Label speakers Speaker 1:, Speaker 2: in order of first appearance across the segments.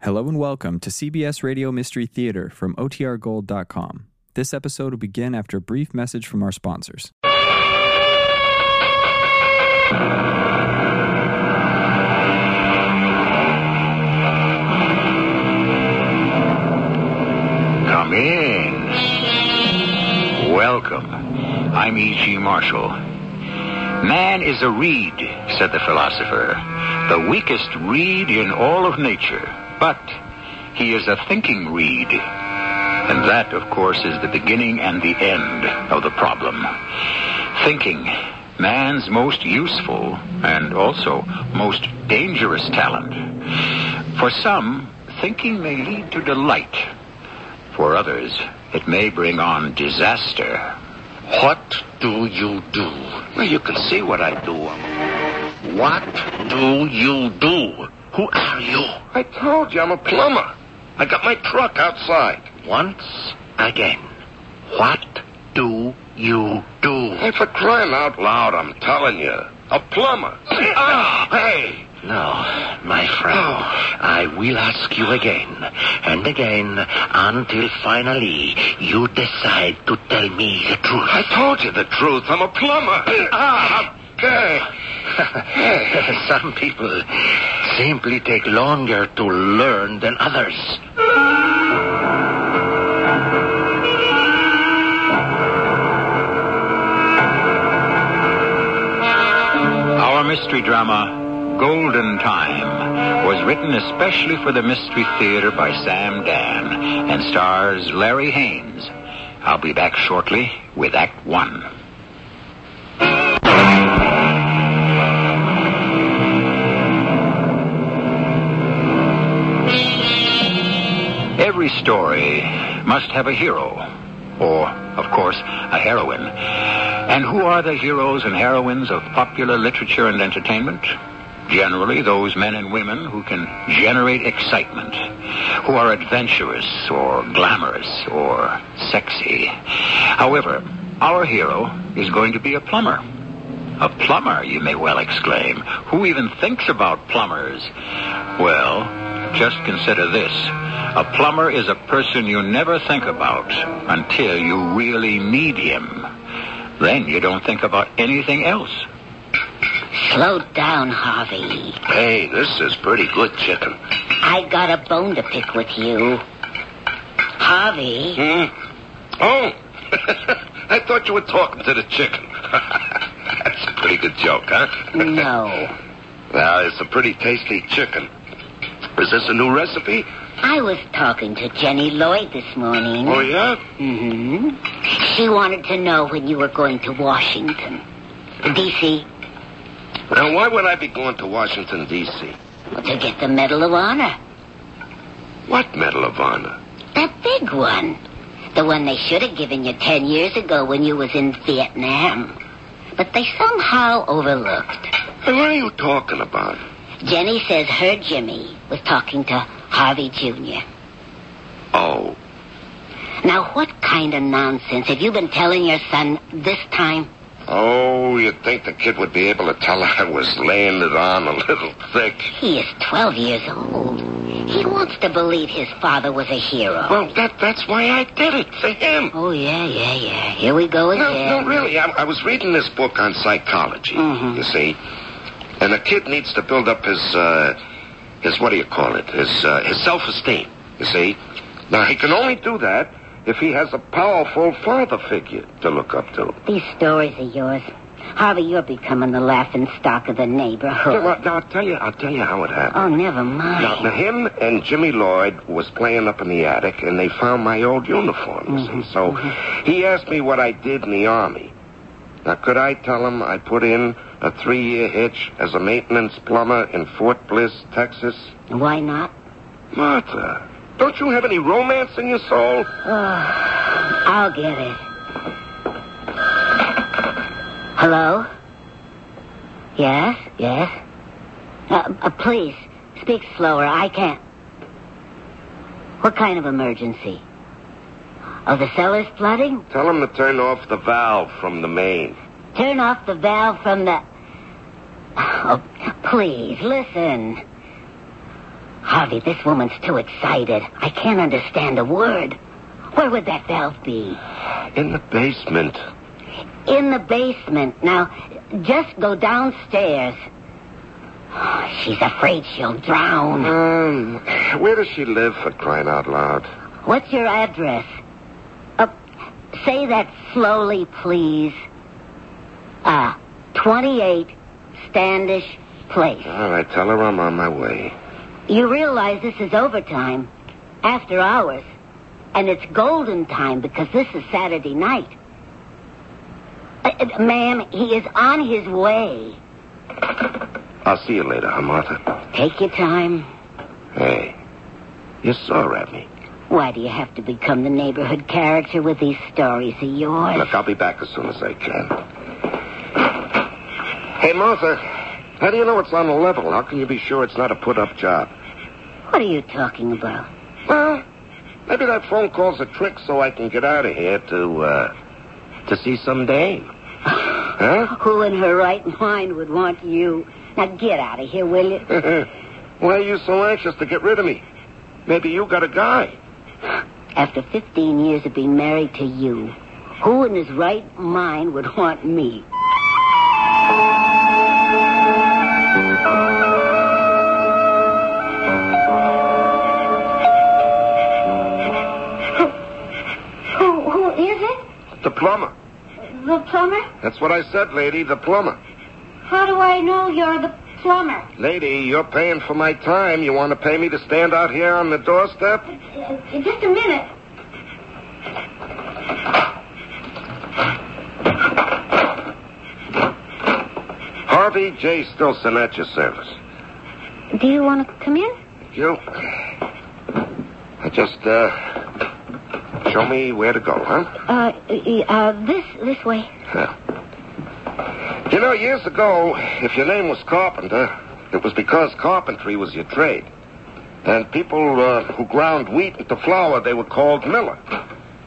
Speaker 1: Hello and welcome to CBS Radio Mystery Theater from OTRGold.com. This episode will begin after a brief message from our sponsors.
Speaker 2: Come in. Welcome. I'm E.G. Marshall. Man is a reed, said the philosopher, the weakest reed in all of nature. But he is a thinking reed. And that, of course, is the beginning and the end of the problem. Thinking, man's most useful and also most dangerous talent. For some, thinking may lead to delight, for others, it may bring on disaster. What do you do? Well, you can see what I do. Um, What do you do? Who are you?
Speaker 3: I told you I'm a plumber. I got my truck outside.
Speaker 2: Once again, what do you do?
Speaker 3: Hey, for crying out loud, I'm telling you. A plumber.
Speaker 2: Ah, hey! No, my friend, I will ask you again and again until finally you decide to tell me the truth.
Speaker 3: I told you the truth. I'm a plumber.
Speaker 2: Ah.
Speaker 3: Okay.
Speaker 2: Some people simply take longer to learn than others. Our mystery drama, Golden Time, was written especially for the Mystery Theater by Sam Dan and stars Larry Haynes. I'll be back shortly with Act One. Every story must have a hero, or, of course, a heroine. And who are the heroes and heroines of popular literature and entertainment? Generally, those men and women who can generate excitement, who are adventurous or glamorous or sexy. However, our hero is going to be a plumber. A plumber, you may well exclaim. Who even thinks about plumbers? Well, just consider this. A plumber is a person you never think about until you really need him. Then you don't think about anything else.
Speaker 4: Slow down, Harvey.
Speaker 3: Hey, this is pretty good chicken.
Speaker 4: I got a bone to pick with you. Harvey,
Speaker 3: Hmm? Oh, I thought you were talking to the chicken. That's a pretty good joke, huh?
Speaker 4: no.
Speaker 3: Now, it's a pretty tasty chicken. Is this a new recipe?
Speaker 4: I was talking to Jenny Lloyd this morning.
Speaker 3: Oh, yeah?
Speaker 4: hmm She wanted to know when you were going to Washington, D.C.,
Speaker 3: Now, why would I be going to Washington, D.C.?
Speaker 4: to get the Medal of Honor.
Speaker 3: What Medal of Honor?
Speaker 4: That big one. The one they should have given you ten years ago when you was in Vietnam. But they somehow overlooked.
Speaker 3: Hey, what are you talking about?
Speaker 4: Jenny says her Jimmy was talking to Harvey Jr.
Speaker 3: Oh,
Speaker 4: Now, what kind of nonsense have you been telling your son this time?
Speaker 3: Oh, you'd think the kid would be able to tell I was laying it on a little thick.
Speaker 4: He is 12 years old. He wants to believe his father was a hero.
Speaker 3: Well, that that's why I did it, for him.
Speaker 4: oh, yeah, yeah, yeah. Here we go
Speaker 3: No, no,
Speaker 4: again.
Speaker 3: really, I, I was reading this book on psychology,
Speaker 4: Mhm.
Speaker 3: you see. And a kid needs to build up his, uh, his, what do you call it? His, uh, his self-esteem, you see. Now, he can only do that if he has a powerful father figure to look up to.
Speaker 4: These stories of yours. Harvey, you're becoming the laughing stock of the neighborhood.
Speaker 3: Now, now, I'll tell you, I'll tell you how it happened.
Speaker 4: Oh, never mind.
Speaker 3: Now, now, him and Jimmy Lloyd was playing up in the attic, and they found my old uniform. you see. So he asked me what I did in the army. Now, could I tell him I put in a three-year hitch as a maintenance plumber in Fort Bliss, Texas?
Speaker 4: Why not?
Speaker 3: Martha, don't you have any romance in your soul?
Speaker 4: Oh, I'll get it. Hello? Yes, yes. Uh, uh, please, speak slower. I can't. What kind of emergency? Oh, the cellar's flooding?
Speaker 3: Tell him to turn off the valve from the main.
Speaker 4: Turn off the valve from the. Oh, please, listen.
Speaker 5: Harvey, this woman's too excited. I can't understand a word. Where would that valve be?
Speaker 3: In the basement.
Speaker 5: In the basement. Now, just go downstairs. Oh, she's afraid she'll drown.
Speaker 3: Um, where does she live for crying out loud?
Speaker 5: What's your address? Uh, say that slowly, please. Ah, 28 Standish Place.
Speaker 3: All right, tell her I'm on my way.
Speaker 5: You realize this is overtime, after hours, and it's golden time because this is Saturday night. Uh, uh, ma'am, he is on his way.
Speaker 3: I'll see you later, huh, Martha?
Speaker 5: Take your time.
Speaker 3: Hey, you sore at me.
Speaker 5: Why do you have to become the neighborhood character with these stories of yours?
Speaker 3: Look, I'll be back as soon as I can. Hey, Martha, how do you know it's on the level? How can you be sure it's not a put-up job?
Speaker 5: What are you talking about?
Speaker 3: Well, maybe that phone call's a trick so I can get out of here to, uh, to see some dame. Huh?
Speaker 5: Who in her right mind would want you? Now get out of here, will you?
Speaker 3: Why are you so anxious to get rid of me? Maybe you got a guy.
Speaker 5: After 15 years of being married to you, who in his right mind would want me?
Speaker 4: Who, who is it?
Speaker 3: The plumber.
Speaker 4: The plumber?
Speaker 3: That's what I said, lady, the plumber.
Speaker 4: How do I know you're the plumber?
Speaker 3: Lady, you're paying for my time. You want to pay me to stand out here on the doorstep?
Speaker 4: Uh, just a minute.
Speaker 3: Harvey J. Stilson at your service.
Speaker 4: Do you want to come in?
Speaker 3: You? I just, uh, show me where to go, huh?
Speaker 4: Uh, uh, this this way.
Speaker 3: Yeah. You know, years ago, if your name was Carpenter, it was because carpentry was your trade. And people uh, who ground wheat into flour, they were called miller.
Speaker 4: Uh,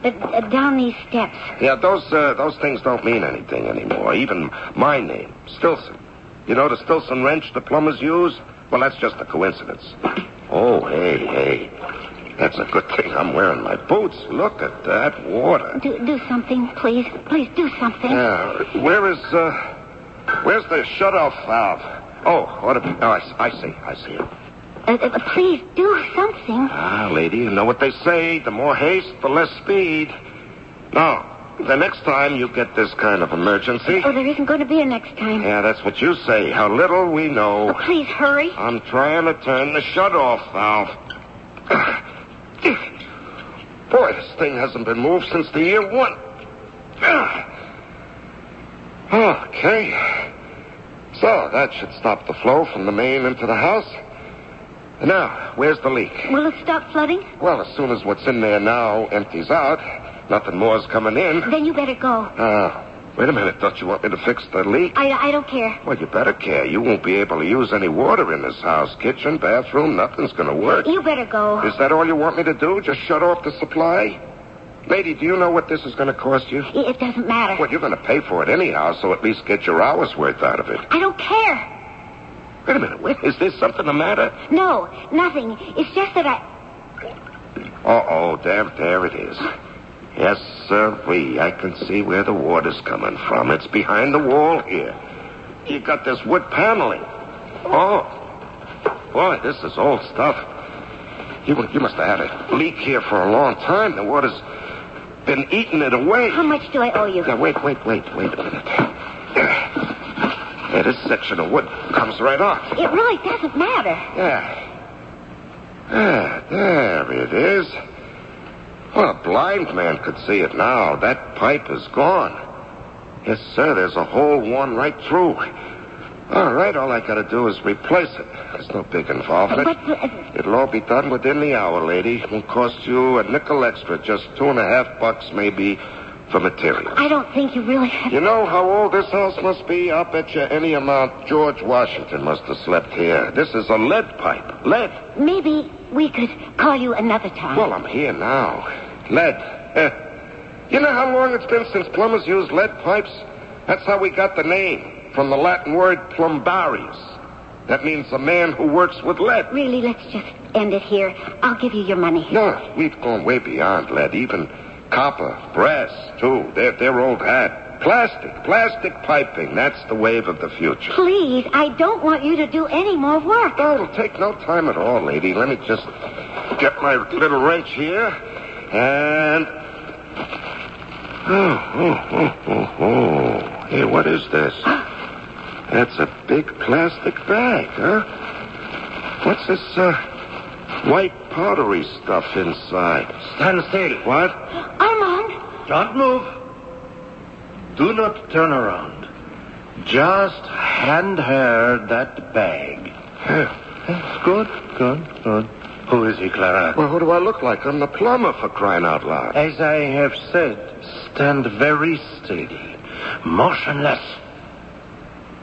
Speaker 4: uh, down these steps.
Speaker 3: Yeah, those uh, those things don't mean anything anymore. Even my name, Stilson. You know the Stilson wrench the plumbers use? Well, that's just a coincidence. Oh, hey, hey. That's a good thing I'm wearing my boots. Look at that water.
Speaker 4: Do do something, please. Please do something.
Speaker 3: Uh. Yeah, where is uh, where's the shut-off valve? Oh, ought to be. Oh, I, s- I see, I see it.
Speaker 4: Uh, uh, please do something.
Speaker 3: Ah, lady, you know what they say. The more haste, the less speed. Now, the next time you get this kind of emergency.
Speaker 4: Oh, there isn't going to be a next time.
Speaker 3: Yeah, that's what you say. How little we know.
Speaker 4: Oh, please hurry.
Speaker 3: I'm trying to turn the shut-off valve. Boy, this thing hasn't been moved since the year one. Okay. So, that should stop the flow from the main into the house. Now, where's the leak?
Speaker 4: Will it stop flooding?
Speaker 3: Well, as soon as what's in there now empties out, nothing more's coming in.
Speaker 4: Then you better go.
Speaker 3: Ah, wait a minute. Don't you want me to fix the leak?
Speaker 4: I, I don't care.
Speaker 3: Well, you better care. You won't be able to use any water in this house. Kitchen, bathroom, nothing's going to work.
Speaker 4: You better go.
Speaker 3: Is that all you want me to do? Just shut off the supply? Lady, do you know what this is going to cost you?
Speaker 4: I- It doesn't matter.
Speaker 3: Well, you're going to pay for it anyhow, so at least get your hour's worth out of it.
Speaker 4: I don't care.
Speaker 3: Wait a minute. Wait, is this something the matter?
Speaker 4: No, nothing. It's just that I.
Speaker 3: Uh-oh, there, there it is. Yes, sir, we. I can see where the water's coming from. It's behind the wall here. You got this wood paneling. Oh, boy, this is old stuff. You, you must have had a leak here for a long time. The water's been eating it away.
Speaker 4: How much do I owe you?
Speaker 3: Now, wait, wait, wait, wait a minute. Yeah, this section of wood comes right off.
Speaker 4: It really doesn't matter.
Speaker 3: Yeah. Ah, there it is. Well, a blind man could see it now. That pipe is gone. Yes, sir, there's a hole worn right through. All right, all I gotta do is replace it. There's no big involvement.
Speaker 4: But, uh,
Speaker 3: It'll all be done within the hour, lady. Won't cost you a nickel extra, just two and a half bucks maybe for materials.
Speaker 4: I don't think you really have.
Speaker 3: You know how old this house must be? I'll bet you any amount George Washington must have slept here. This is a lead pipe. Lead.
Speaker 4: Maybe we could call you another time.
Speaker 3: Well, I'm here now. Lead. Eh. You know how long it's been since plumbers used lead pipes? That's how we got the name, from the Latin word plumbarius. That means the man who works with lead.
Speaker 4: Really, let's just end it here. I'll give you your money.
Speaker 3: No, we've gone way beyond lead. Even copper, brass, too. They're, they're old hat. Plastic, plastic piping. That's the wave of the future.
Speaker 4: Please, I don't want you to do any more work.
Speaker 3: Oh, it'll take no time at all, lady. Let me just get my little wrench here. And. Oh, oh, oh, oh, oh. Hey, what is this? That's a big plastic bag, huh? What's this, uh, white powdery stuff inside?
Speaker 6: Stand still.
Speaker 3: What?
Speaker 4: Armand,
Speaker 6: Don't move. Do not turn around. Just hand her that bag. Good, good, good. Who is he, Clara?
Speaker 3: Well, who do I look like? I'm the plumber for crying out loud.
Speaker 6: As I have said, stand very steady, motionless,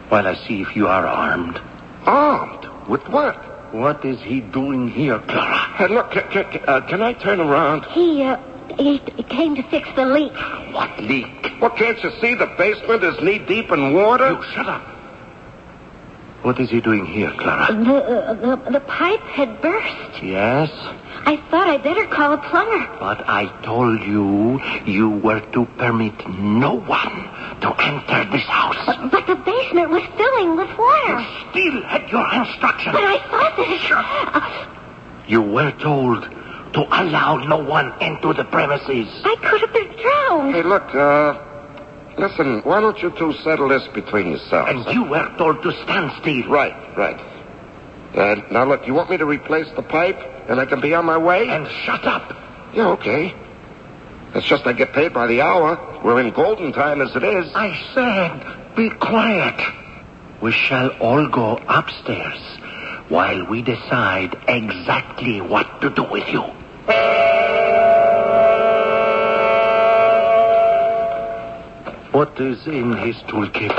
Speaker 6: while I see if you are armed.
Speaker 3: Armed? With what?
Speaker 6: What is he doing here, Clara?
Speaker 3: Hey, look, can, can, uh, can I turn around?
Speaker 4: he, uh, he he came to fix the leak.
Speaker 6: What leak?
Speaker 3: Well, can't you see the basement is knee deep in water?
Speaker 6: You Oh, shut up. What is he doing here, Clara?
Speaker 4: The, uh, the the pipe had burst.
Speaker 6: Yes,
Speaker 4: I thought I'd better call a plumber.
Speaker 6: but I told you you were to permit no one to enter this house.
Speaker 4: But, but the basement was filling with water.
Speaker 6: Still had your instructions.
Speaker 4: But I thought that.
Speaker 6: You were told to allow no one into the premises.
Speaker 4: I could have been drowned.
Speaker 3: Hey, look, uh, listen, why don't you two settle this between yourselves?
Speaker 6: And you were told to stand still.
Speaker 3: Right, right. And now look, you want me to replace the pipe, and I can be on my way?
Speaker 6: And shut up.
Speaker 3: Yeah, okay. It's just I get paid by the hour. We're in golden time as it is.
Speaker 6: I said, be quiet. We shall all go upstairs while we decide exactly what to do with you. What is in his toolkit?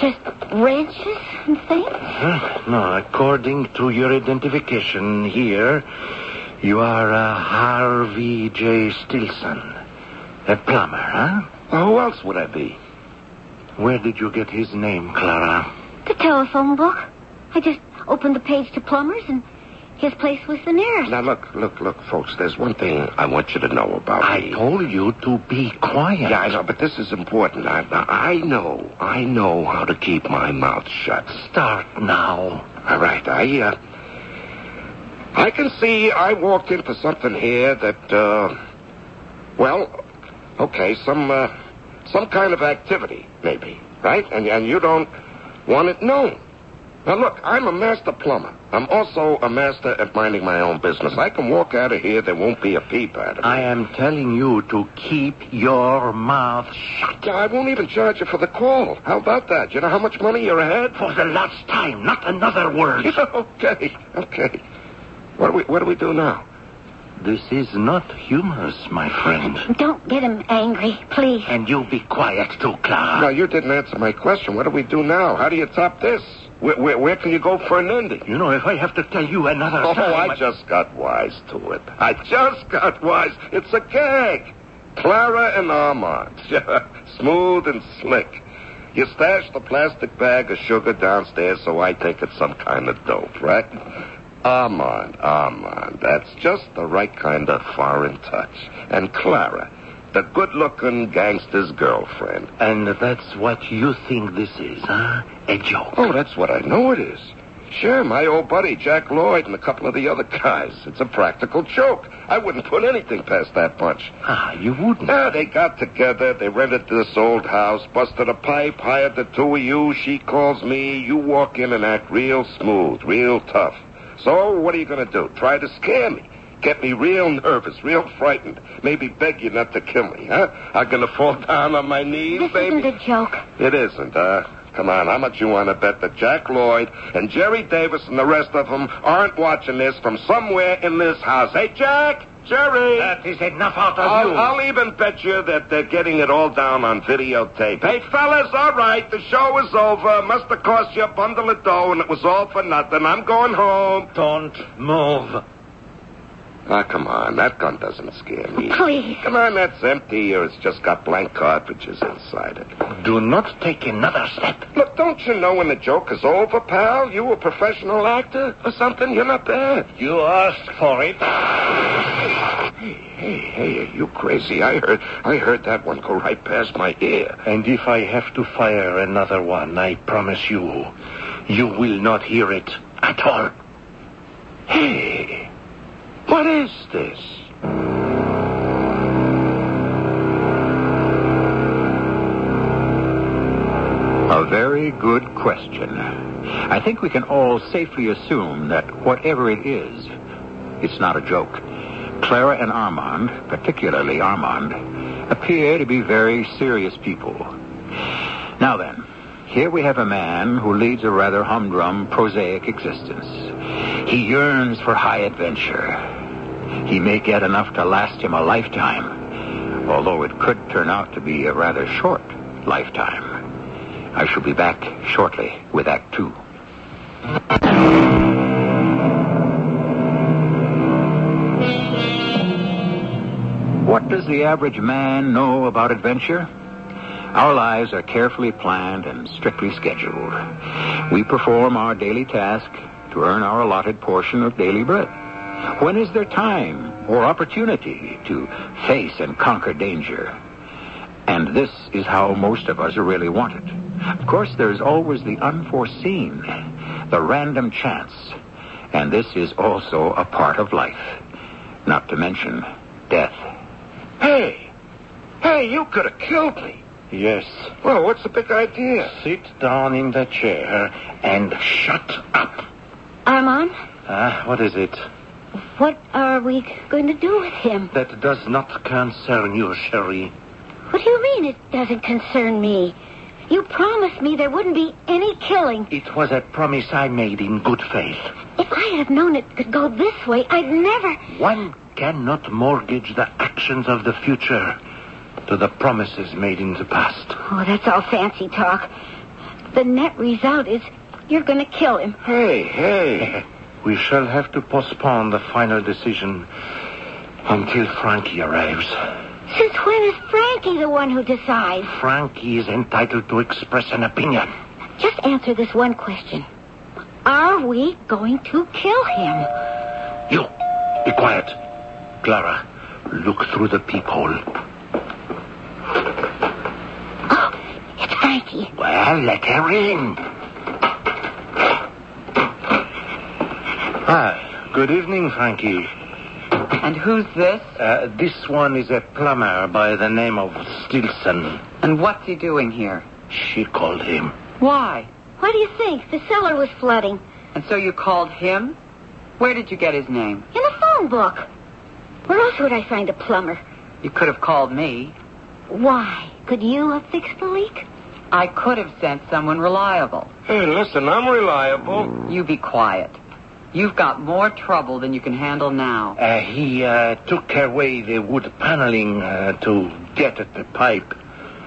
Speaker 4: Just wrenches and things.
Speaker 6: Huh? No, according to your identification here, you are uh, Harvey J. Stilson, a plumber, huh?
Speaker 3: Well, who else would I be?
Speaker 6: Where did you get his name, Clara?
Speaker 4: The telephone book. I just opened the page to plumbers, and his place was the nearest.
Speaker 3: Now look, look, look, folks. There's one thing I want you to know about
Speaker 6: I
Speaker 3: me.
Speaker 6: told you to be quiet.
Speaker 3: Yeah, I know, but this is important. I, I know, I know how to keep my mouth shut.
Speaker 6: Start now.
Speaker 3: All right, I, uh, I can see I walked into something here that, uh, well, okay, some, uh, some kind of activity, maybe, right? And, and you don't want it known. Now look, I'm a master plumber. I'm also a master at minding my own business. I can walk out of here, there won't be a peep out of me.
Speaker 6: I am telling you to keep your mouth shut.
Speaker 3: Yeah, I won't even charge you for the call. How about that? You know how much money you're ahead?
Speaker 6: For the last time, not another word.
Speaker 3: okay, okay. What do we, what do we do now?
Speaker 6: This is not humorous, my friend.
Speaker 4: Don't get him angry, please.
Speaker 6: And you be quiet too, Clara.
Speaker 3: No, you didn't answer my question. What do we do now? How do you top this? Where, where, where can you go for an ending?
Speaker 6: You know, if I have to tell you another
Speaker 3: Oh,
Speaker 6: time,
Speaker 3: I just got wise to it. I just got wise. It's a gag. Clara and Armand. Smooth and slick. You stashed the plastic bag of sugar downstairs, so I think it's some kind of dope, right? Armand, Armand, that's just the right kind of foreign touch. And Clara, the good-looking gangster's girlfriend.
Speaker 6: And that's what you think this is, huh? A joke.
Speaker 3: Oh, that's what I know it is. Sure, my old buddy Jack Lloyd and a couple of the other guys. It's a practical joke. I wouldn't put anything past that bunch.
Speaker 6: Ah, you wouldn't.
Speaker 3: Yeah, they got together, they rented this old house, busted a pipe, hired the two of you, she calls me, you walk in and act real smooth, real tough. So, what are you gonna do? Try to scare me? Get me real nervous, real frightened. Maybe beg you not to kill me, huh? I'm gonna fall down on my knees,
Speaker 4: This
Speaker 3: baby.
Speaker 4: isn't a joke.
Speaker 3: It isn't, huh? Come on, how much you want to bet that Jack Lloyd and Jerry Davis and the rest of them aren't watching this from somewhere in this house? Hey, Jack! Jerry!
Speaker 6: That is enough out of
Speaker 3: I'll,
Speaker 6: you.
Speaker 3: I'll even bet you that they're getting it all down on videotape. Hey, fellas, all right, the show is over. Must have cost you a bundle of dough, and it was all for nothing. I'm going home.
Speaker 6: Don't move.
Speaker 3: Ah, come on. That gun doesn't scare me.
Speaker 4: Please.
Speaker 3: Come on, that's empty, or it's just got blank cartridges inside it.
Speaker 6: Do not take another step.
Speaker 3: Look, don't you know when the joke is over, pal? You a professional actor or something? You're not bad.
Speaker 6: You asked for it.
Speaker 3: Hey, hey, are you crazy? I heard, I heard that one go right past my ear.
Speaker 6: And if I have to fire another one, I promise you, you will not hear it at all.
Speaker 3: Hey, what is this?
Speaker 2: A very good question. I think we can all safely assume that whatever it is, it's not a joke. Clara and Armand, particularly Armand, appear to be very serious people. Now then, here we have a man who leads a rather humdrum, prosaic existence. He yearns for high adventure. He may get enough to last him a lifetime, although it could turn out to be a rather short lifetime. I shall be back shortly with Act Two. What does the average man know about adventure? Our lives are carefully planned and strictly scheduled. We perform our daily task to earn our allotted portion of daily bread. When is there time or opportunity to face and conquer danger? And this is how most of us really want it. Of course, there is always the unforeseen, the random chance. And this is also a part of life, not to mention death.
Speaker 3: Hey, hey, you could have killed me.
Speaker 6: Yes.
Speaker 3: Well, what's the big idea?
Speaker 6: Sit down in the chair and shut up.
Speaker 4: Armand,
Speaker 6: Ah, what is it?
Speaker 4: what are we going to do with him?
Speaker 6: That does not concern you, Cherie.
Speaker 4: What do you mean it doesn't concern me? You promised me there wouldn't be any killing.
Speaker 6: It was a promise I made in good faith.
Speaker 4: If I had known it could go this way, I'd never.
Speaker 6: One cannot mortgage the actions of the future to the promises made in the past.
Speaker 4: Oh, that's all fancy talk. The net result is you're going to kill him.
Speaker 3: Hey, hey.
Speaker 6: We shall have to postpone the final decision until Frankie arrives.
Speaker 4: Since when is Frankie the one who decides?
Speaker 6: Frankie is entitled to express an opinion.
Speaker 4: Just answer this one question. Are we going to kill him?
Speaker 6: You, be quiet. Clara, look through the peephole.
Speaker 4: It's Frankie.
Speaker 6: Well, let her in. Ah, good evening, Frankie.
Speaker 7: And who's this?
Speaker 6: Uh, this one is a plumber by the name of Stilson.
Speaker 7: And what's he doing here?
Speaker 6: She called him.
Speaker 7: Why?
Speaker 4: What do you think? The cellar was flooding.
Speaker 7: And so you called him? Where did you get his name?
Speaker 4: In a phone book. Where else would I find a plumber?
Speaker 7: You could have called me.
Speaker 4: Why? Could you have fixed the leak?
Speaker 7: I could have sent someone reliable.
Speaker 3: Hey, listen, I'm reliable.
Speaker 7: You be quiet. You've got more trouble than you can handle now.
Speaker 6: Uh, he uh, took away the wood paneling uh, to get at the pipe.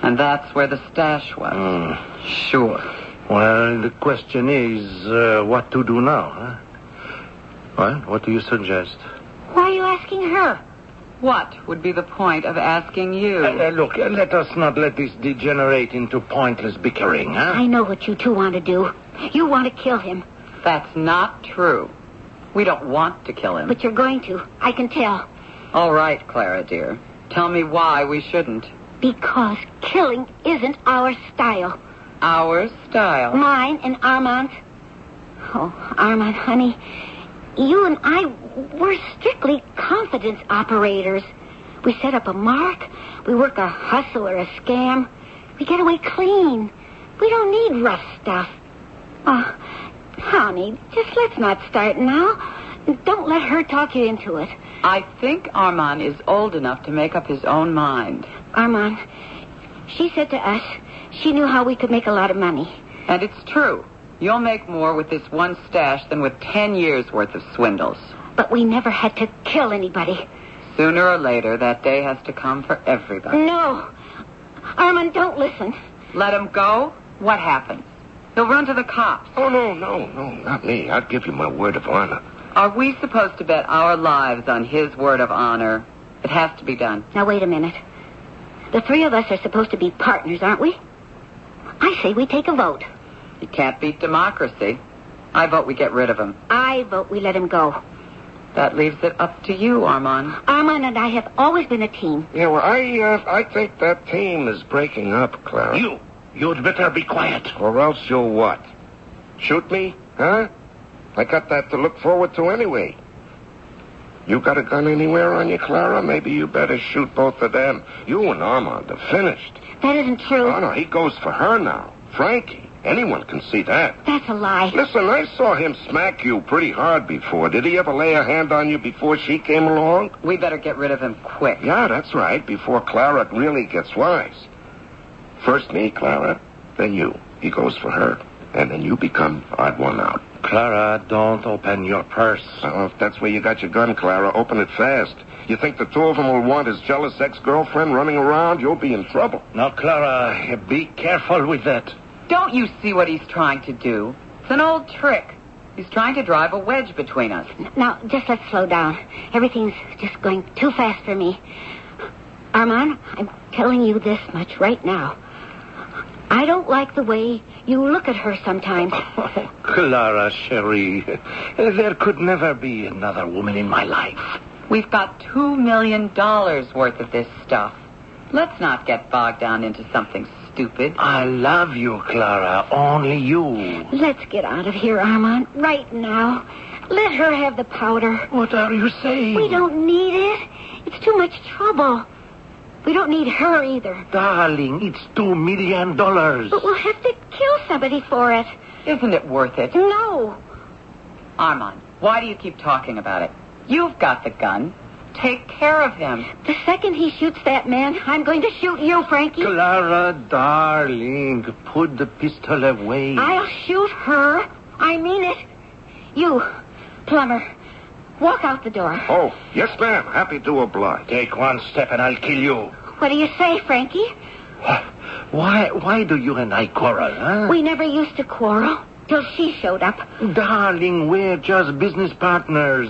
Speaker 7: And that's where the stash was. Sure.
Speaker 6: Well, the question is uh, what to do now, huh? Well, what do you suggest?
Speaker 4: Why are you asking her?
Speaker 7: What would be the point of asking you?
Speaker 6: Uh, uh, look, uh, let us not let this degenerate into pointless bickering, huh?
Speaker 4: I know what you two want to do. You want to kill him,
Speaker 7: That's not true. We don't want to kill him.
Speaker 4: but you're going to. I can tell.
Speaker 7: All right, Clara, dear. Tell me why we shouldn't.
Speaker 4: Because killing isn't our style.
Speaker 7: Our style.
Speaker 4: Mine and Armand's. Oh, Armand, honey, you and I, we're strictly confidence operators. We set up a mark, we work a hustle or a scam, we get away clean. We don't need rough stuff. Oh, honey, just let's not start now. Don't let her talk you into it.
Speaker 7: I think Armand is old enough to make up his own mind.
Speaker 4: Armand, she said to us she knew how we could make a lot of money.
Speaker 7: And it's true. You'll make more with this one stash than with ten years' worth of swindles.
Speaker 4: But we never had to kill anybody.
Speaker 7: Sooner or later, that day has to come for everybody.
Speaker 4: No. Armand, don't listen.
Speaker 7: Let him go, what happens? He'll run to the cops.
Speaker 3: Oh, no, no, no, not me. I'll give you my word of honor.
Speaker 7: Are we supposed to bet our lives on his word of honor? It has to be done.
Speaker 4: Now, wait a minute. The three of us are supposed to be partners, aren't we? I say we take a vote.
Speaker 7: You can't beat democracy. I vote we get rid of him.
Speaker 4: I vote we let him go.
Speaker 7: That leaves it up to you, Armand.
Speaker 4: Armand and I have always been a team.
Speaker 3: Yeah, well, I, uh, I think that team is breaking up, Clara.
Speaker 2: You, you'd better be quiet.
Speaker 3: Or else you'll what? Shoot me? Huh? I got that to look forward to anyway. You got a gun anywhere on you, Clara? Maybe you better shoot both of them. You and Armand are finished.
Speaker 4: That isn't true.
Speaker 3: Oh, no, he goes for her now. Frankie. Anyone can see that.
Speaker 4: That's a lie.
Speaker 3: Listen, I saw him smack you pretty hard before. Did he ever lay a hand on you before she came along?
Speaker 7: We better get rid of him quick.
Speaker 3: Yeah, that's right. Before Clara really gets wise. First me, Clara, then you. He goes for her. And then you become odd one out.
Speaker 6: Clara, don't open your purse.
Speaker 3: Well, if that's where you got your gun, Clara, open it fast. You think the two of them will want his jealous ex-girlfriend running around? You'll be in trouble.
Speaker 6: Now, Clara, be careful with that.
Speaker 7: Don't you see what he's trying to do? It's an old trick. He's trying to drive a wedge between us.
Speaker 4: Now, just let's slow down. Everything's just going too fast for me. Armand, I'm telling you this much right now. I don't like the way you look at her sometimes.
Speaker 6: Oh, Clara, cherie, Uh, there could never be another woman in my life.
Speaker 7: We've got two million dollars worth of this stuff. Let's not get bogged down into something stupid.
Speaker 6: I love you, Clara. Only you.
Speaker 4: Let's get out of here, Armand, right now. Let her have the powder.
Speaker 6: What are you saying?
Speaker 4: We don't need it. It's too much trouble. We don't need her either.
Speaker 6: Darling, it's two million dollars.
Speaker 4: But we'll have to kill somebody for it.
Speaker 7: Isn't it worth it?
Speaker 4: No.
Speaker 7: Armand, why do you keep talking about it? You've got the gun. Take care of him.
Speaker 4: The second he shoots that man, I'm going to shoot you, Frankie.
Speaker 6: Clara, darling, put the pistol away.
Speaker 4: I'll shoot her. I mean it. You, plumber, walk out the door.
Speaker 3: Oh, yes, ma'am. Happy to oblige.
Speaker 6: Take one step and I'll kill you.
Speaker 4: What do you say, Frankie?
Speaker 6: Why, why do you and I quarrel, huh?
Speaker 4: We never used to quarrel till she showed up.
Speaker 6: Darling, we're just business partners.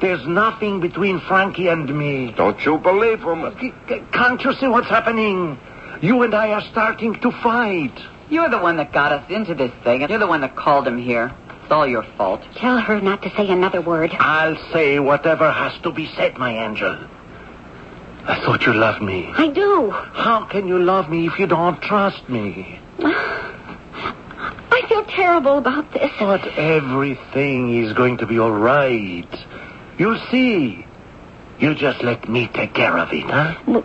Speaker 6: There's nothing between Frankie and me.
Speaker 3: Don't you believe him?
Speaker 6: C- c- Can't you see what's happening? You and I are starting to fight.
Speaker 7: You're the one that got us into this thing, and you're the one that called him here. It's all your fault.
Speaker 4: Tell her not to say another word.
Speaker 6: I'll say whatever has to be said, my angel. I thought you loved me.
Speaker 4: I do.
Speaker 6: How can you love me if you don't trust me?
Speaker 4: I feel terrible about this.
Speaker 6: But everything is going to be all right. You'll see. You just let me take care of it, huh?
Speaker 4: Well,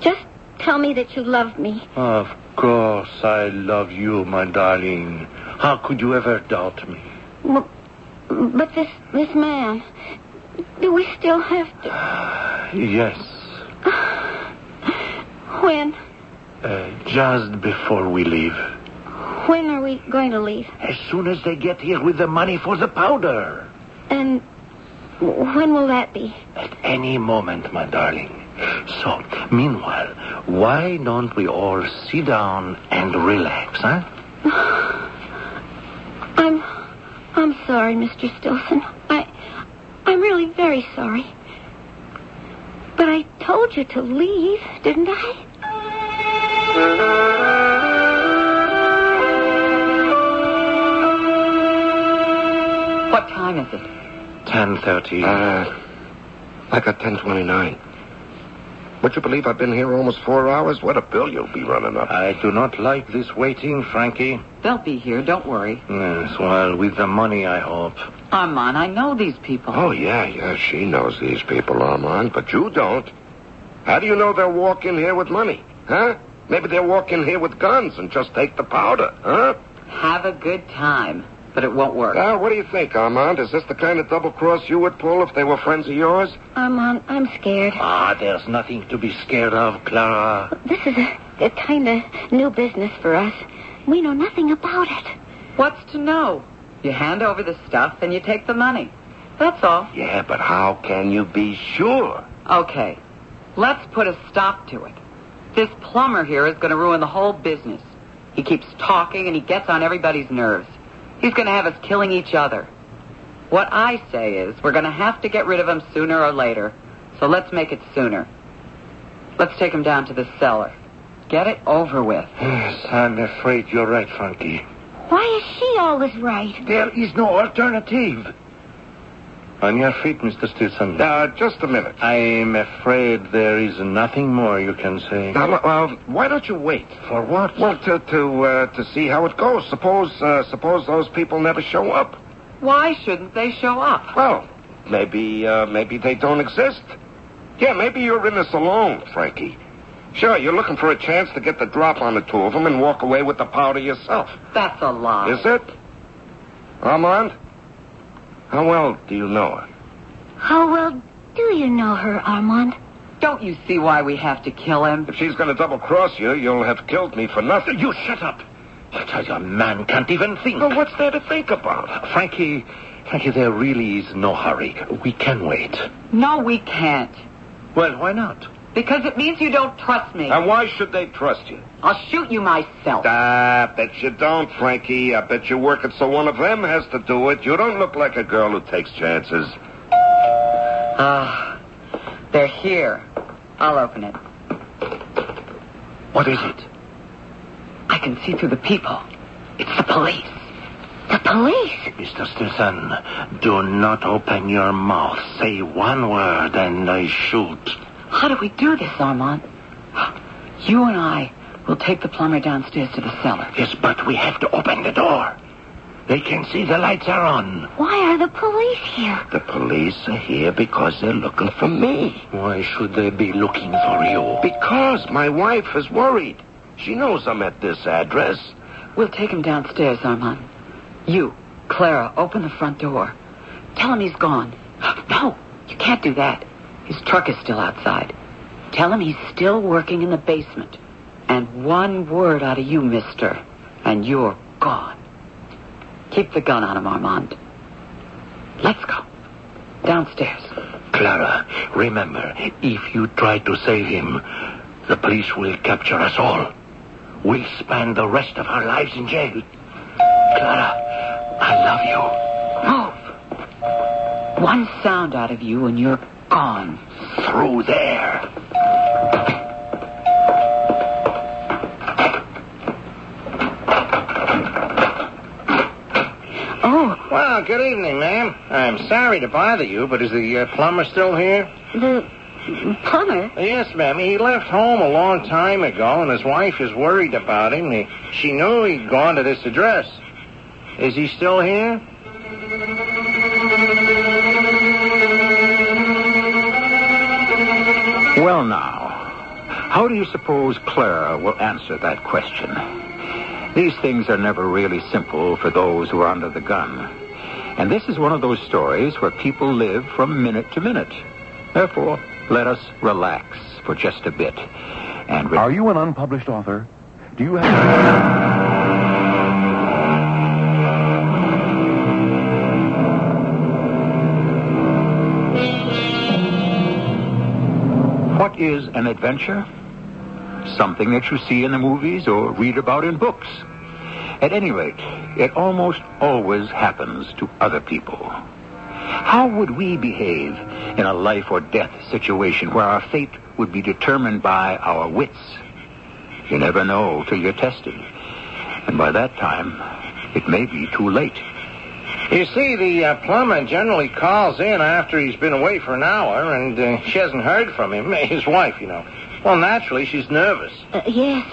Speaker 4: Just tell me that you love me.
Speaker 6: Of course I love you, my darling. How could you ever doubt me?
Speaker 4: Well, But this this man, do we still have to?
Speaker 6: Yes.
Speaker 4: When
Speaker 6: Uh, just before we leave.
Speaker 4: when are we going to leave?
Speaker 6: As soon as they get here with the money for the powder.
Speaker 4: And when will that be?
Speaker 6: At any moment, my darling. So, meanwhile, why don't we all sit down and relax, huh?
Speaker 4: I'm I'm sorry, Mr. Stilson. I I'm really very sorry. But I told you to leave, didn't I?
Speaker 7: What time is it?
Speaker 6: 10.30.
Speaker 3: Uh, I got 1029. Would you believe I've been here almost four hours? What a bill you'll be running up.
Speaker 6: I do not like this waiting, Frankie.
Speaker 7: They'll be here, don't worry.
Speaker 6: Yes, well, with the money, I hope.
Speaker 7: Armand, I know these people.
Speaker 3: Oh, yeah, yeah, she knows these people, Armand, but you don't. How do you know they'll walk in here with money? Huh? Maybe they'll walk in here with guns and just take the powder, huh?
Speaker 7: Have a good time, but it won't work.
Speaker 3: Now, what do you think, Armand? Is this the kind of double cross you would pull if they were friends of yours?
Speaker 4: Armand, I'm scared.
Speaker 6: Ah, there's nothing to be scared of, Clara.
Speaker 4: This is a, a kind of new business for us. We know nothing about it.
Speaker 7: What's to know? You hand over the stuff and you take the money. That's all.
Speaker 3: Yeah, but how can you be sure?
Speaker 7: Okay, let's put a stop to it. This plumber here is going to ruin the whole business. He keeps talking and he gets on everybody's nerves. He's going to have us killing each other. What I say is, we're going to have to get rid of him sooner or later. So let's make it sooner. Let's take him down to the cellar. Get it over with.
Speaker 6: Yes, I'm afraid you're right, Frankie.
Speaker 4: Why is she always right?
Speaker 6: There is no alternative. On your feet, Mr. Stilson.
Speaker 3: Now, just a minute.
Speaker 6: I'm afraid there is nothing more you can say.
Speaker 3: Now, well, why don't you wait?
Speaker 6: For what?
Speaker 3: Well, to to uh, to see how it goes. Suppose uh, suppose those people never show up.
Speaker 7: Why shouldn't they show up?
Speaker 3: Well, maybe uh, maybe they don't exist. Yeah, maybe you're in this alone, Frankie. Sure, you're looking for a chance to get the drop on the two of them and walk away with the powder yourself.
Speaker 7: That's a lie.
Speaker 3: Is it, Armand? How well do you know her?
Speaker 4: How well do you know her, Armand?
Speaker 7: Don't you see why we have to kill him?
Speaker 3: If she's going to double cross you, you'll have killed me for nothing.
Speaker 6: You shut up. I tell you, a man can't even think.
Speaker 3: Well, what's there to think about?
Speaker 6: Frankie, Frankie, there really is no hurry. We can wait.
Speaker 7: No, we can't.
Speaker 6: Well, why not?
Speaker 7: Because it means you don't trust me.
Speaker 3: And why should they trust you?
Speaker 7: I'll shoot you myself.
Speaker 3: I bet you don't, Frankie. I bet you work it so one of them has to do it. You don't look like a girl who takes chances.
Speaker 7: Ah, they're here. I'll open it.
Speaker 6: What is it?
Speaker 7: I can see through the people. It's the police.
Speaker 4: The police?
Speaker 6: Mr. Stilson, do not open your mouth. Say one word and I shoot.
Speaker 7: How do we do this, Armand? You and I will take the plumber downstairs to the cellar.
Speaker 6: Yes, but we have to open the door. They can see the lights are on.
Speaker 4: Why are the police here?
Speaker 3: The police are here because they're looking for me.
Speaker 6: Why should they be looking for you?
Speaker 3: Because my wife is worried. She knows I'm at this address.
Speaker 7: We'll take him downstairs, Armand. You, Clara, open the front door. Tell him he's gone. No, you can't do that. His truck is still outside. Tell him he's still working in the basement. And one word out of you, mister, and you're gone. Keep the gun on him, Armand. Let's go. Downstairs.
Speaker 6: Clara, remember, if you try to save him, the police will capture us all. We'll spend the rest of our lives in jail. Clara, I love you.
Speaker 7: Move! One sound out of you and you're gone.
Speaker 6: Through there.
Speaker 4: Oh,
Speaker 6: Well, good evening, ma'am. I'm sorry to bother you, but is the uh, plumber still here?
Speaker 4: the plumber?
Speaker 6: Yes, ma'am. He left home a long time ago, and his wife is worried about him. He- She knew he'd gone to this address. Is he still here?
Speaker 2: Well, now, how do you suppose Clara will answer that question? These things are never really simple for those who are under the gun. And this is one of those stories where people live from minute to minute. Therefore, let us relax for just a bit. And re-
Speaker 8: Are you an unpublished author? Do you have.
Speaker 2: what is an adventure? Something that you see in the movies or read about in books. At any rate, it almost always happens to other people. How would we behave in a life or death situation where our fate would be determined by our wits? You never know till you're tested. And by that time, it may be too late.
Speaker 6: You see, the uh, plumber generally calls in after he's been away for an hour, and uh, she hasn't heard from him. His wife, you know. Well, naturally, she's nervous.
Speaker 4: Uh, yes,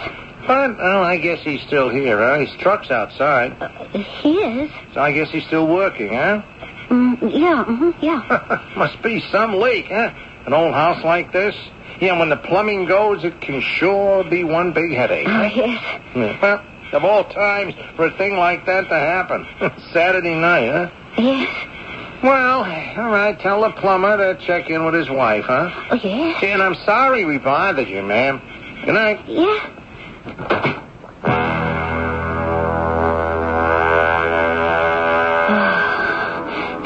Speaker 6: But, well, I guess he's still here, huh? His truck's outside,
Speaker 4: he is.
Speaker 6: so I guess he's still working, huh?
Speaker 4: Mm, yeah, mhm, yeah.
Speaker 6: Must be some leak, huh? An old house like this? Yeah, when the plumbing goes, it can sure be one big headache.
Speaker 4: Oh, yes.
Speaker 6: Yeah. Well, of all times for a thing like that to happen. Saturday night, huh?
Speaker 4: Yes.
Speaker 6: Well, all right, tell the plumber to check in with his wife, huh?
Speaker 4: Oh, yes.
Speaker 6: And I'm sorry we bothered you, ma'am. Good night.
Speaker 4: Yeah.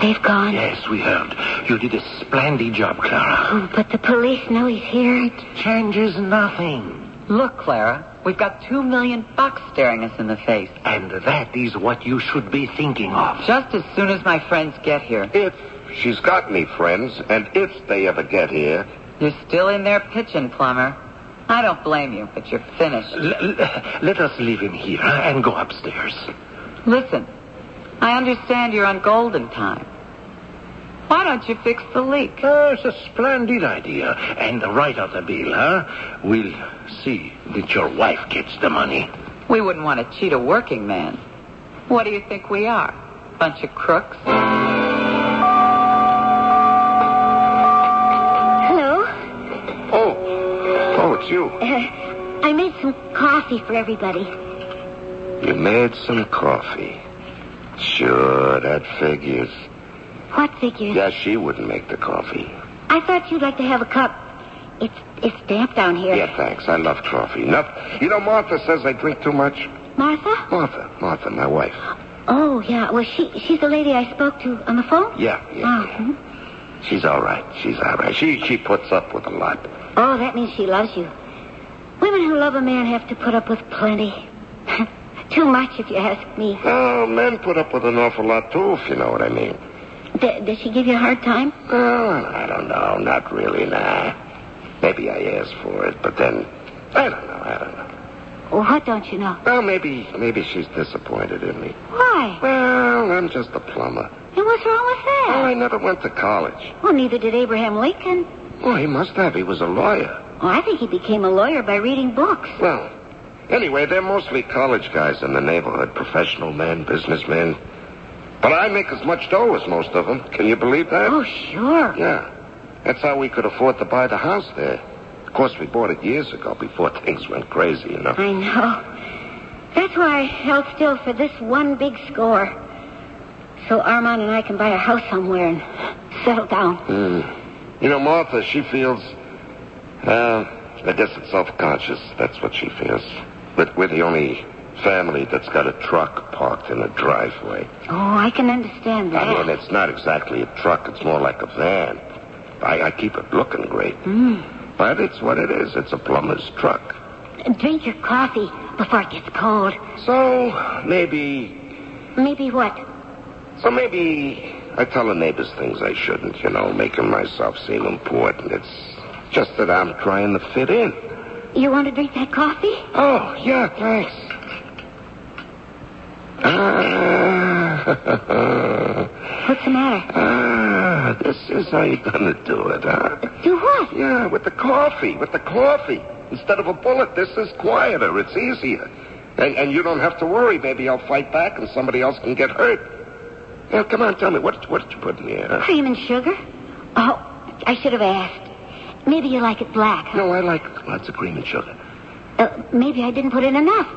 Speaker 4: They've gone.
Speaker 6: Yes, we heard. You did a splendid job, Clara.
Speaker 4: Oh, But the police know he's here.
Speaker 6: Changes nothing.
Speaker 7: Look, Clara, We've got two million bucks staring us in the face.
Speaker 6: And that is what you should be thinking of.
Speaker 7: Just as soon as my friends get here,
Speaker 3: If she's got any friends, and if they ever get here,
Speaker 7: you're still in there pitching, plumber. I don't blame you, but you're finished.
Speaker 6: L- l- let us leave him here and go upstairs.
Speaker 7: Listen, I understand you're on golden time. Why don't you fix the leak?
Speaker 6: Oh, it's a splendid idea. And right out the bill, huh? We'll see that your wife gets the money.
Speaker 7: We wouldn't want to cheat a working man. What do you think we are? Bunch of crooks?
Speaker 4: Hello?
Speaker 3: Oh, oh, it's you.
Speaker 4: Uh, I made some coffee for everybody.
Speaker 3: You made some coffee. Sure, that figures.
Speaker 4: What figures?
Speaker 3: Yeah, she wouldn't make the coffee.
Speaker 4: I thought you'd like to have a cup. It's it's damp down here.
Speaker 3: Yeah, thanks. I love coffee. Not, you know, Martha says I drink too much.
Speaker 4: Martha?
Speaker 3: Martha, Martha, my wife.
Speaker 4: Oh yeah. Well, she she's the lady I spoke to on the phone.
Speaker 3: Yeah,
Speaker 4: Oh,
Speaker 3: yeah.
Speaker 4: hmm.
Speaker 3: She's all right. She's all right. She she puts up with a lot.
Speaker 4: oh, that means she loves you. Women who love a man have to put up with plenty. Too much, if you ask me.
Speaker 3: Oh, men put up with an awful lot too, if you know what I mean.
Speaker 4: D- does she give you a hard time?
Speaker 3: Oh, I don't know. Not really, nah. Maybe I asked for it, but then I don't know. I don't know.
Speaker 4: What don't you know?
Speaker 3: Well, maybe maybe she's disappointed in me.
Speaker 4: Why?
Speaker 3: Well, I'm just a plumber.
Speaker 4: And what's wrong with that?
Speaker 3: Oh, I never went to college.
Speaker 4: Well, neither did Abraham Lincoln.
Speaker 3: Well, he must have. He was a lawyer.
Speaker 4: Well, I think he became a lawyer by reading books.
Speaker 3: Well, anyway, they're mostly college guys in the neighborhood, professional men, businessmen. But I make as much dough as most of them. Can you believe that?
Speaker 4: Oh, sure.
Speaker 3: Yeah. That's how we could afford to buy the house there. Of course, we bought it years ago before things went crazy, you know.
Speaker 4: I know. That's why I held still for this one big score. So Armand and I can buy a house somewhere and settle down.
Speaker 3: You know, Martha, she feels, uh, I guess it's self-conscious. That's what she feels. But we're the only family that's got a truck parked in a driveway.
Speaker 4: Oh, I can understand that.
Speaker 3: I mean, it's not exactly a truck. It's more like a van. I, I keep it looking great. But it's what it is. It's a plumber's truck.
Speaker 4: Drink your coffee before it gets cold.
Speaker 3: So maybe
Speaker 4: Maybe what?
Speaker 3: So maybe I tell the neighbors things I shouldn't, you know, making myself seem important. It's just that I'm trying to fit in.
Speaker 4: You want to drink that coffee?
Speaker 3: Oh, yeah, thanks. Ah,
Speaker 4: What's the matter?
Speaker 3: ah, this is how you're gonna do it, huh?
Speaker 4: Do what?
Speaker 3: Yeah, with the coffee, with the coffee. Instead of a bullet, this is quieter. It's easier. And, and you don't have to worry. Maybe I'll fight back and somebody else can get hurt. Now, come on, tell me, what, what did you put in here? huh?
Speaker 4: Cream and sugar? Oh, I should have asked. Maybe you like it black. huh?
Speaker 3: No, I like lots of cream and sugar.
Speaker 4: Uh, maybe I didn't put in enough.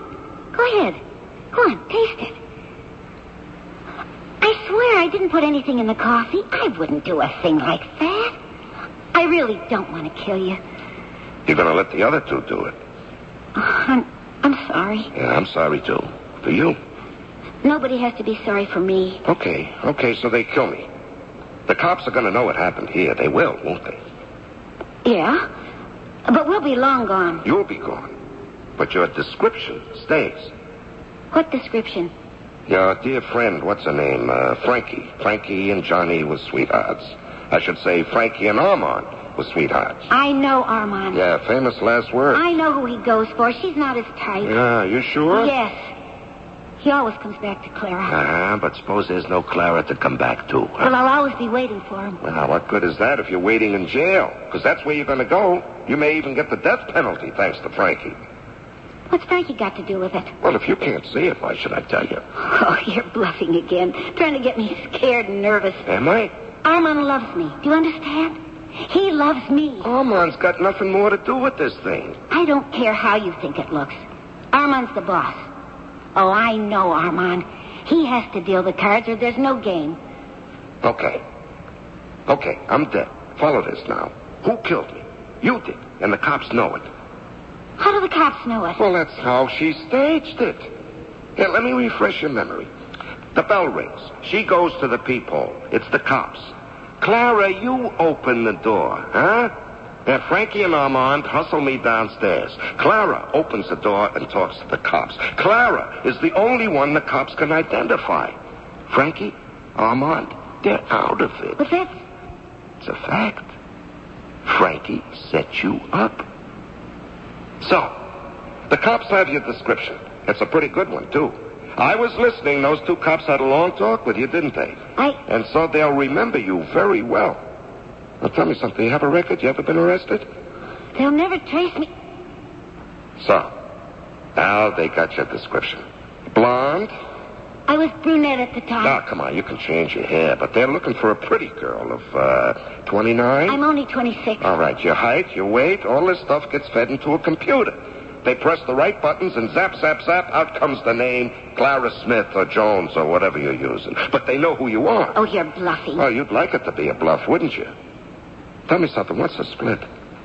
Speaker 4: Go ahead. Go on, taste it. I swear I didn't put anything in the coffee. I wouldn't do a thing like that. I really don't want to kill you.
Speaker 3: You're going to let the other two do it.
Speaker 4: Oh, I'm, I'm sorry.
Speaker 3: Yeah, I'm sorry, too. For you.
Speaker 4: Nobody has to be sorry for me.
Speaker 3: Okay, okay, so they kill me. The cops are going to know what happened here. They will, won't they?
Speaker 4: Yeah? But we'll be long gone.
Speaker 3: You'll be gone. But your description stays.
Speaker 4: What description?
Speaker 3: Your dear friend, what's her name? Uh, Frankie. Frankie and Johnny were sweethearts. I should say Frankie and Armand were sweethearts.
Speaker 4: I know Armand.
Speaker 3: Yeah, famous last words.
Speaker 4: I know who he goes for. She's not his type.
Speaker 3: Yeah, you sure?
Speaker 4: Yes. He always comes back to Clara.
Speaker 3: Uh-huh, but suppose there's no Clara to come back to. huh?
Speaker 4: Well, I'll always be waiting for him.
Speaker 3: Well, what good is that if you're waiting in jail? Because that's where you're going to go. You may even get the death penalty thanks to Frankie.
Speaker 4: What's Frankie got to do with it?
Speaker 3: Well, if you can't see it, why should I tell you?
Speaker 4: Oh, you're bluffing again, trying to get me scared and nervous.
Speaker 3: Am I?
Speaker 4: Armand loves me. Do you understand? He loves me.
Speaker 3: Armand's got nothing more to do with this thing.
Speaker 4: I don't care how you think it looks. Armand's the boss. Oh, I know Armand. He has to deal the cards or there's no game.
Speaker 3: Okay. Okay, I'm dead. Follow this now. Who killed me? You did. And the cops know it.
Speaker 4: How do the cops know it?
Speaker 3: Well, that's how she staged it. Here, let me refresh your memory. The bell rings. She goes to the peephole. It's the cops. Clara, you open the door, huh? Yeah, Frankie and Armand hustle me downstairs. Clara opens the door and talks to the cops. Clara is the only one the cops can identify. Frankie, Armand, they're out of it.
Speaker 4: But that's
Speaker 3: It's a fact. Frankie set you up. So, the cops have your description. It's a pretty good one, too. I was listening. Those two cops had a long talk with you, didn't they?
Speaker 4: I
Speaker 3: And so they'll remember you very well. Now tell me something. You have a record? You ever been arrested?
Speaker 4: they'll never trace me.
Speaker 3: So, now they got your description. Blonde?
Speaker 4: I was brunette at the time.
Speaker 3: Now, come on, you can change your hair, but they're looking for a pretty girl of, uh, 29?
Speaker 4: I'm only 26.
Speaker 3: All right, your height, your weight, all this stuff gets fed into a computer. They press the right buttons and zap, zap, zap, out comes the name Clara Smith or Jones or whatever you're using. But they know who you are.
Speaker 4: oh, you're bluffing.
Speaker 3: Oh, you'd like it to be a bluff, wouldn't you? Tell me something, what's the split?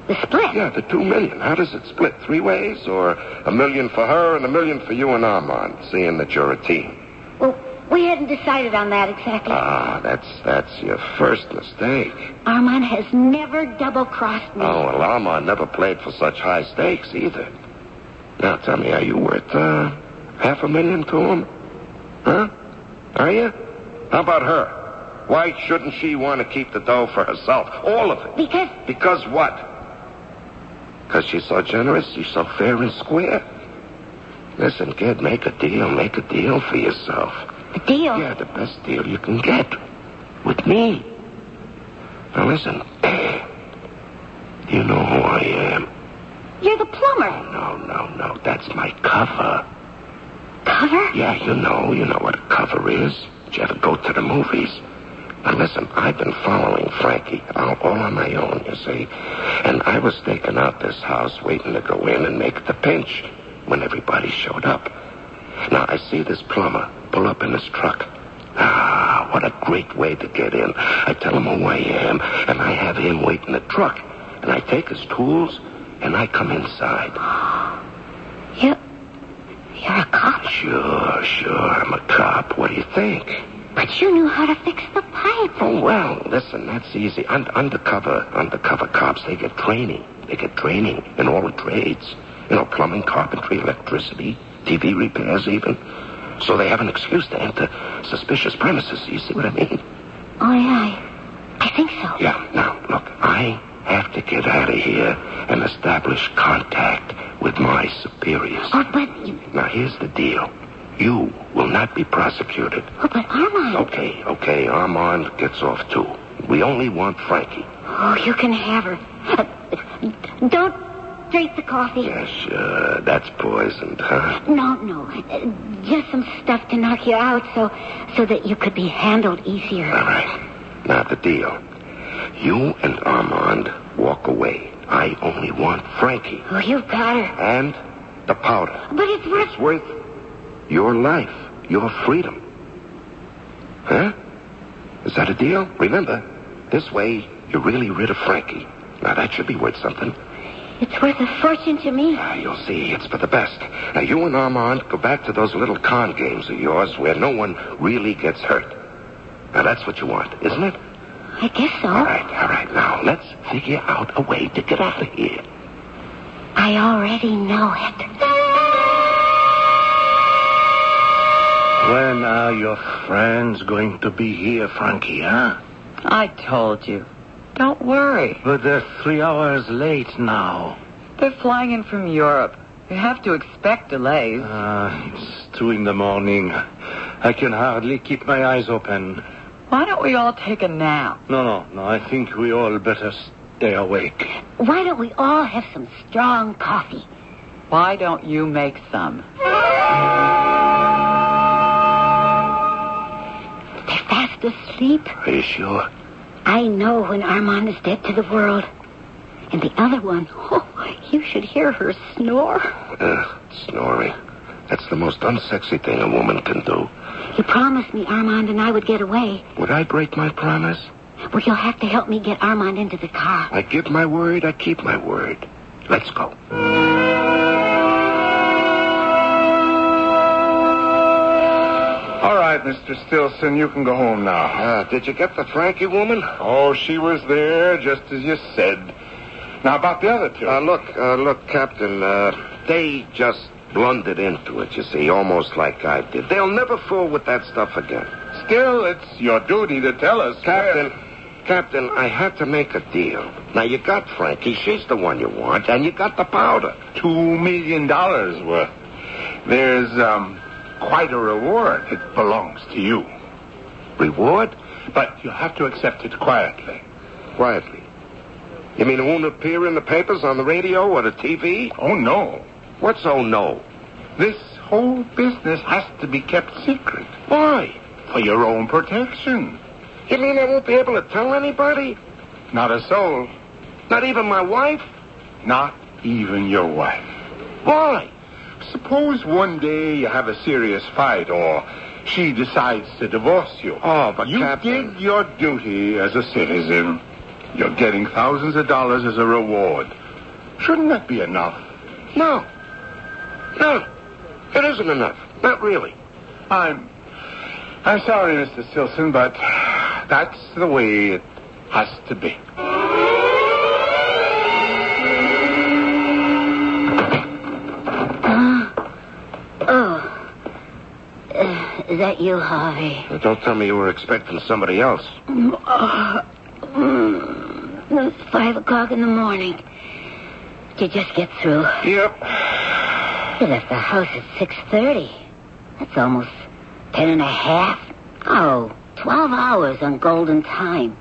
Speaker 4: the split.
Speaker 3: Yeah, the two million. How does it split? Three ways, or a million for her and a million for you and Armand, seeing that you're a team?
Speaker 4: Well, we hadn't decided on that exactly.
Speaker 3: Ah, that's that's your first mistake.
Speaker 4: Armand has never double-crossed me.
Speaker 3: Oh, well, Armand never played for such high stakes either. Now tell me, are you worth uh, half a million to him? Huh? Are you? How about her? Why shouldn't she want to keep the dough for herself? All of it.
Speaker 4: Because
Speaker 3: Because what? Because she's so generous, she's so fair and square. Listen, kid, make a deal. Make a deal for yourself.
Speaker 4: the deal.
Speaker 3: Yeah, the best deal you can get. With me. Now listen. You know who I am.
Speaker 4: You're the plumber.
Speaker 3: No, no, no. That's my cover.
Speaker 4: Cover?
Speaker 3: Yeah, you know, you know what a cover is. Did you ever go to the movies? Now listen, I've been following Frankie all, all on my own, you see. And I was staking out this house, waiting to go in and make the pinch when everybody showed up. Now I see this plumber pull up in his truck. Ah, what a great way to get in. I tell him who I am, and I have him wait in the truck. And I take his tools, and I come inside.
Speaker 4: You, you're a cop.
Speaker 3: Sure, sure, I'm a cop. What do you think?
Speaker 4: But you knew how to fix the pipe.
Speaker 3: Oh, well, listen, that's easy. Un- undercover, undercover cops, they get training. They get training in all the trades. You know, plumbing, carpentry, electricity, TV repairs even. So they have an excuse to enter suspicious premises. You see what I mean?
Speaker 4: Oh, yeah. I, I think so.
Speaker 3: Yeah, now, look, I have to get out of here and establish contact with my superiors.
Speaker 4: Oh, but, you,
Speaker 3: Now, here's the deal. You will not be prosecuted.
Speaker 4: oh, but Armand.
Speaker 3: Okay, okay, Armand gets off too. We only want Frankie.
Speaker 4: Oh, you can have her. Uh, Don't drink the coffee.
Speaker 3: Yeah, sure. uh, That's poisoned, huh?
Speaker 4: No, no. Uh, Just some stuff to knock you out so so that you could be handled easier.
Speaker 3: All right. Now the deal. You and Armand walk away. I only want Frankie.
Speaker 4: Oh, you've got her.
Speaker 3: And the powder.
Speaker 4: But it's
Speaker 3: It's
Speaker 4: worth
Speaker 3: worth your life, your freedom. Huh? Is that a deal? Remember, this way you're really rid of Frankie. Now that should be worth something.
Speaker 4: it's worth a fortune to me.
Speaker 3: Ah, you'll see, it's for the best. Now, you and Armand go back to those little con games of yours where no one really gets hurt. Now, that's what you want, isn't it?
Speaker 4: I guess
Speaker 3: All
Speaker 4: so.
Speaker 3: right, all right. Now, let's figure out a way to get out of here.
Speaker 4: I already know it.
Speaker 6: When are your friends going to be here, Frankie, huh?
Speaker 7: I told you. Don't worry.
Speaker 6: But they're three hours late now.
Speaker 7: They're flying in from Europe. You have to expect delays.
Speaker 6: Ah, it's two in the morning. I can hardly keep my eyes open.
Speaker 7: Why don't we all take a nap?
Speaker 6: No, no, no. I think we all better stay awake.
Speaker 4: Why don't we all have some strong coffee?
Speaker 7: Why don't you make some?
Speaker 4: They're fast asleep.
Speaker 3: Are you sure?
Speaker 4: I know when Armand is dead to the world. And the other one, oh, you should hear her snore.
Speaker 3: Ugh, snoring. That's the most unsexy thing a woman can do.
Speaker 4: You promised me Armand and I would get away.
Speaker 3: Would I break my promise?
Speaker 4: Well, you'll have to help me get Armand into the car.
Speaker 3: I give my word, I keep my word. Let's go.
Speaker 9: All right, Mr. Stilson, you can go home now.
Speaker 3: Uh, did you get the Frankie woman?
Speaker 9: Oh, she was there just as you said.
Speaker 6: Now, about the other two.
Speaker 3: Uh, look, uh, look, Captain, uh, they just blundered into it, you see, almost like I did. They'll never fool with that stuff again.
Speaker 6: Still, it's your duty to tell us.
Speaker 3: Captain,
Speaker 6: where-
Speaker 3: Captain, I had to make a deal. Now, you got Frankie. She's the one you want, and you got the powder.
Speaker 6: Two million dollars worth. There's um, quite a reward. It belongs to you.
Speaker 3: Reward?
Speaker 6: But you'll have to accept it quietly.
Speaker 3: Quietly. You mean it won't appear in the papers, on the radio, or the TV?
Speaker 6: Oh, no.
Speaker 3: What's oh no?
Speaker 6: This whole business has to be kept secret
Speaker 3: Why?
Speaker 6: for your own protection.
Speaker 3: You mean I won't be able to tell anybody?
Speaker 6: Not a soul.
Speaker 3: Not even my wife?
Speaker 6: Not even your wife.
Speaker 3: Why?
Speaker 6: Suppose one day you have a serious fight or she decides to divorce you.
Speaker 3: Oh, but
Speaker 6: you
Speaker 3: Captain-
Speaker 6: did your duty as a citizen. You're getting thousands of dollars as a reward. Shouldn't that be enough?
Speaker 3: No. No. It isn't enough. Not really.
Speaker 6: I'm I'm sorry, Mr. Stilson, but that's the way it has to be.
Speaker 4: Oh, uh, Is that you, Harvey?
Speaker 3: Now, don't tell me you were expecting somebody else.
Speaker 4: It's Mm, five o'clock in the morning. Did you just get through?
Speaker 3: Yep.
Speaker 4: You left the house at six thirty. That's almost ten and a half. Oh, twelve hours on golden time.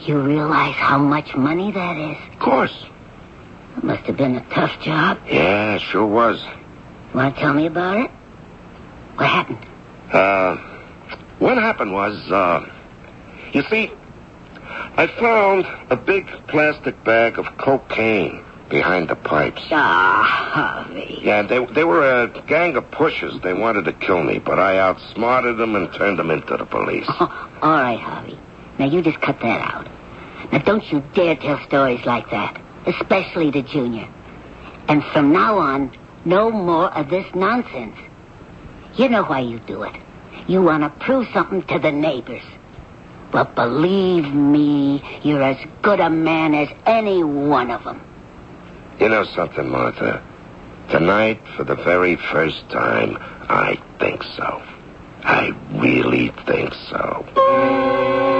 Speaker 4: You realize how much money that is?
Speaker 3: Of course.
Speaker 4: It must have been a tough job.
Speaker 3: Yeah, sure was.
Speaker 4: Want to tell me about it? What happened?
Speaker 3: Uh, what happened was, uh, you see, I found a big plastic bag of cocaine behind the pipes.
Speaker 4: Ah, Harvey.
Speaker 3: Yeah, they, they were a gang of pushers. They wanted to kill me, but I outsmarted them and turned them into the police.
Speaker 4: Oh, all right, Harvey. Now you just cut that out. Now don't you dare tell stories like that, especially to Junior. And from now on, no more of this nonsense. You know why you do it. You want to prove something to the neighbors. But believe me, you're as good a man as any one of them.
Speaker 3: You know something, Martha? Tonight, for the very first time, I think so. I really think so.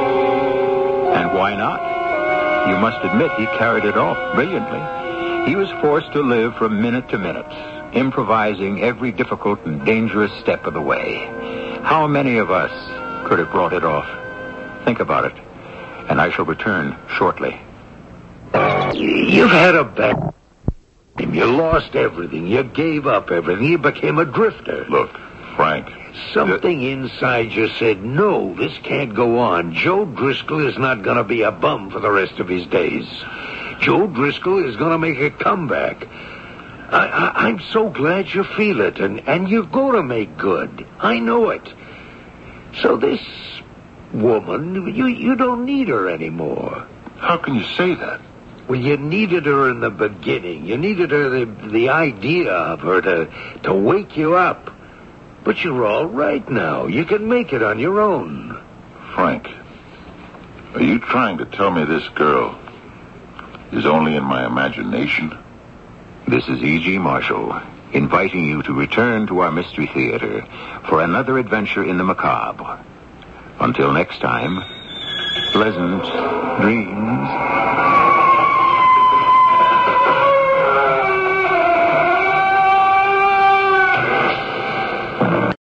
Speaker 2: And why not? You must admit he carried it off brilliantly. He was forced to live from minute to minute, improvising every difficult and dangerous step of the way. How many of us could have brought it off? Think about it. And I shall return shortly.
Speaker 10: You've had a bad time. You lost everything. You gave up everything. You became a drifter.
Speaker 6: Look, Frank.
Speaker 10: Something inside you said, no, this can't go on. Joe Driscoll is not going to be a bum for the rest of his days. Joe Driscoll is going to make a comeback. I, I, I'm so glad you feel it, and, and you're going to make good. I know it. So this woman, you, you don't need her anymore.
Speaker 6: How can you say that?
Speaker 10: Well, you needed her in the beginning. You needed her the, the idea of her to to wake you up. But you're all right now. You can make it on your own.
Speaker 6: Frank, are you trying to tell me this girl is only in my imagination?
Speaker 2: This is E.G. Marshall, inviting you to return to our Mystery Theater for another adventure in the macabre. Until next time, pleasant dreams.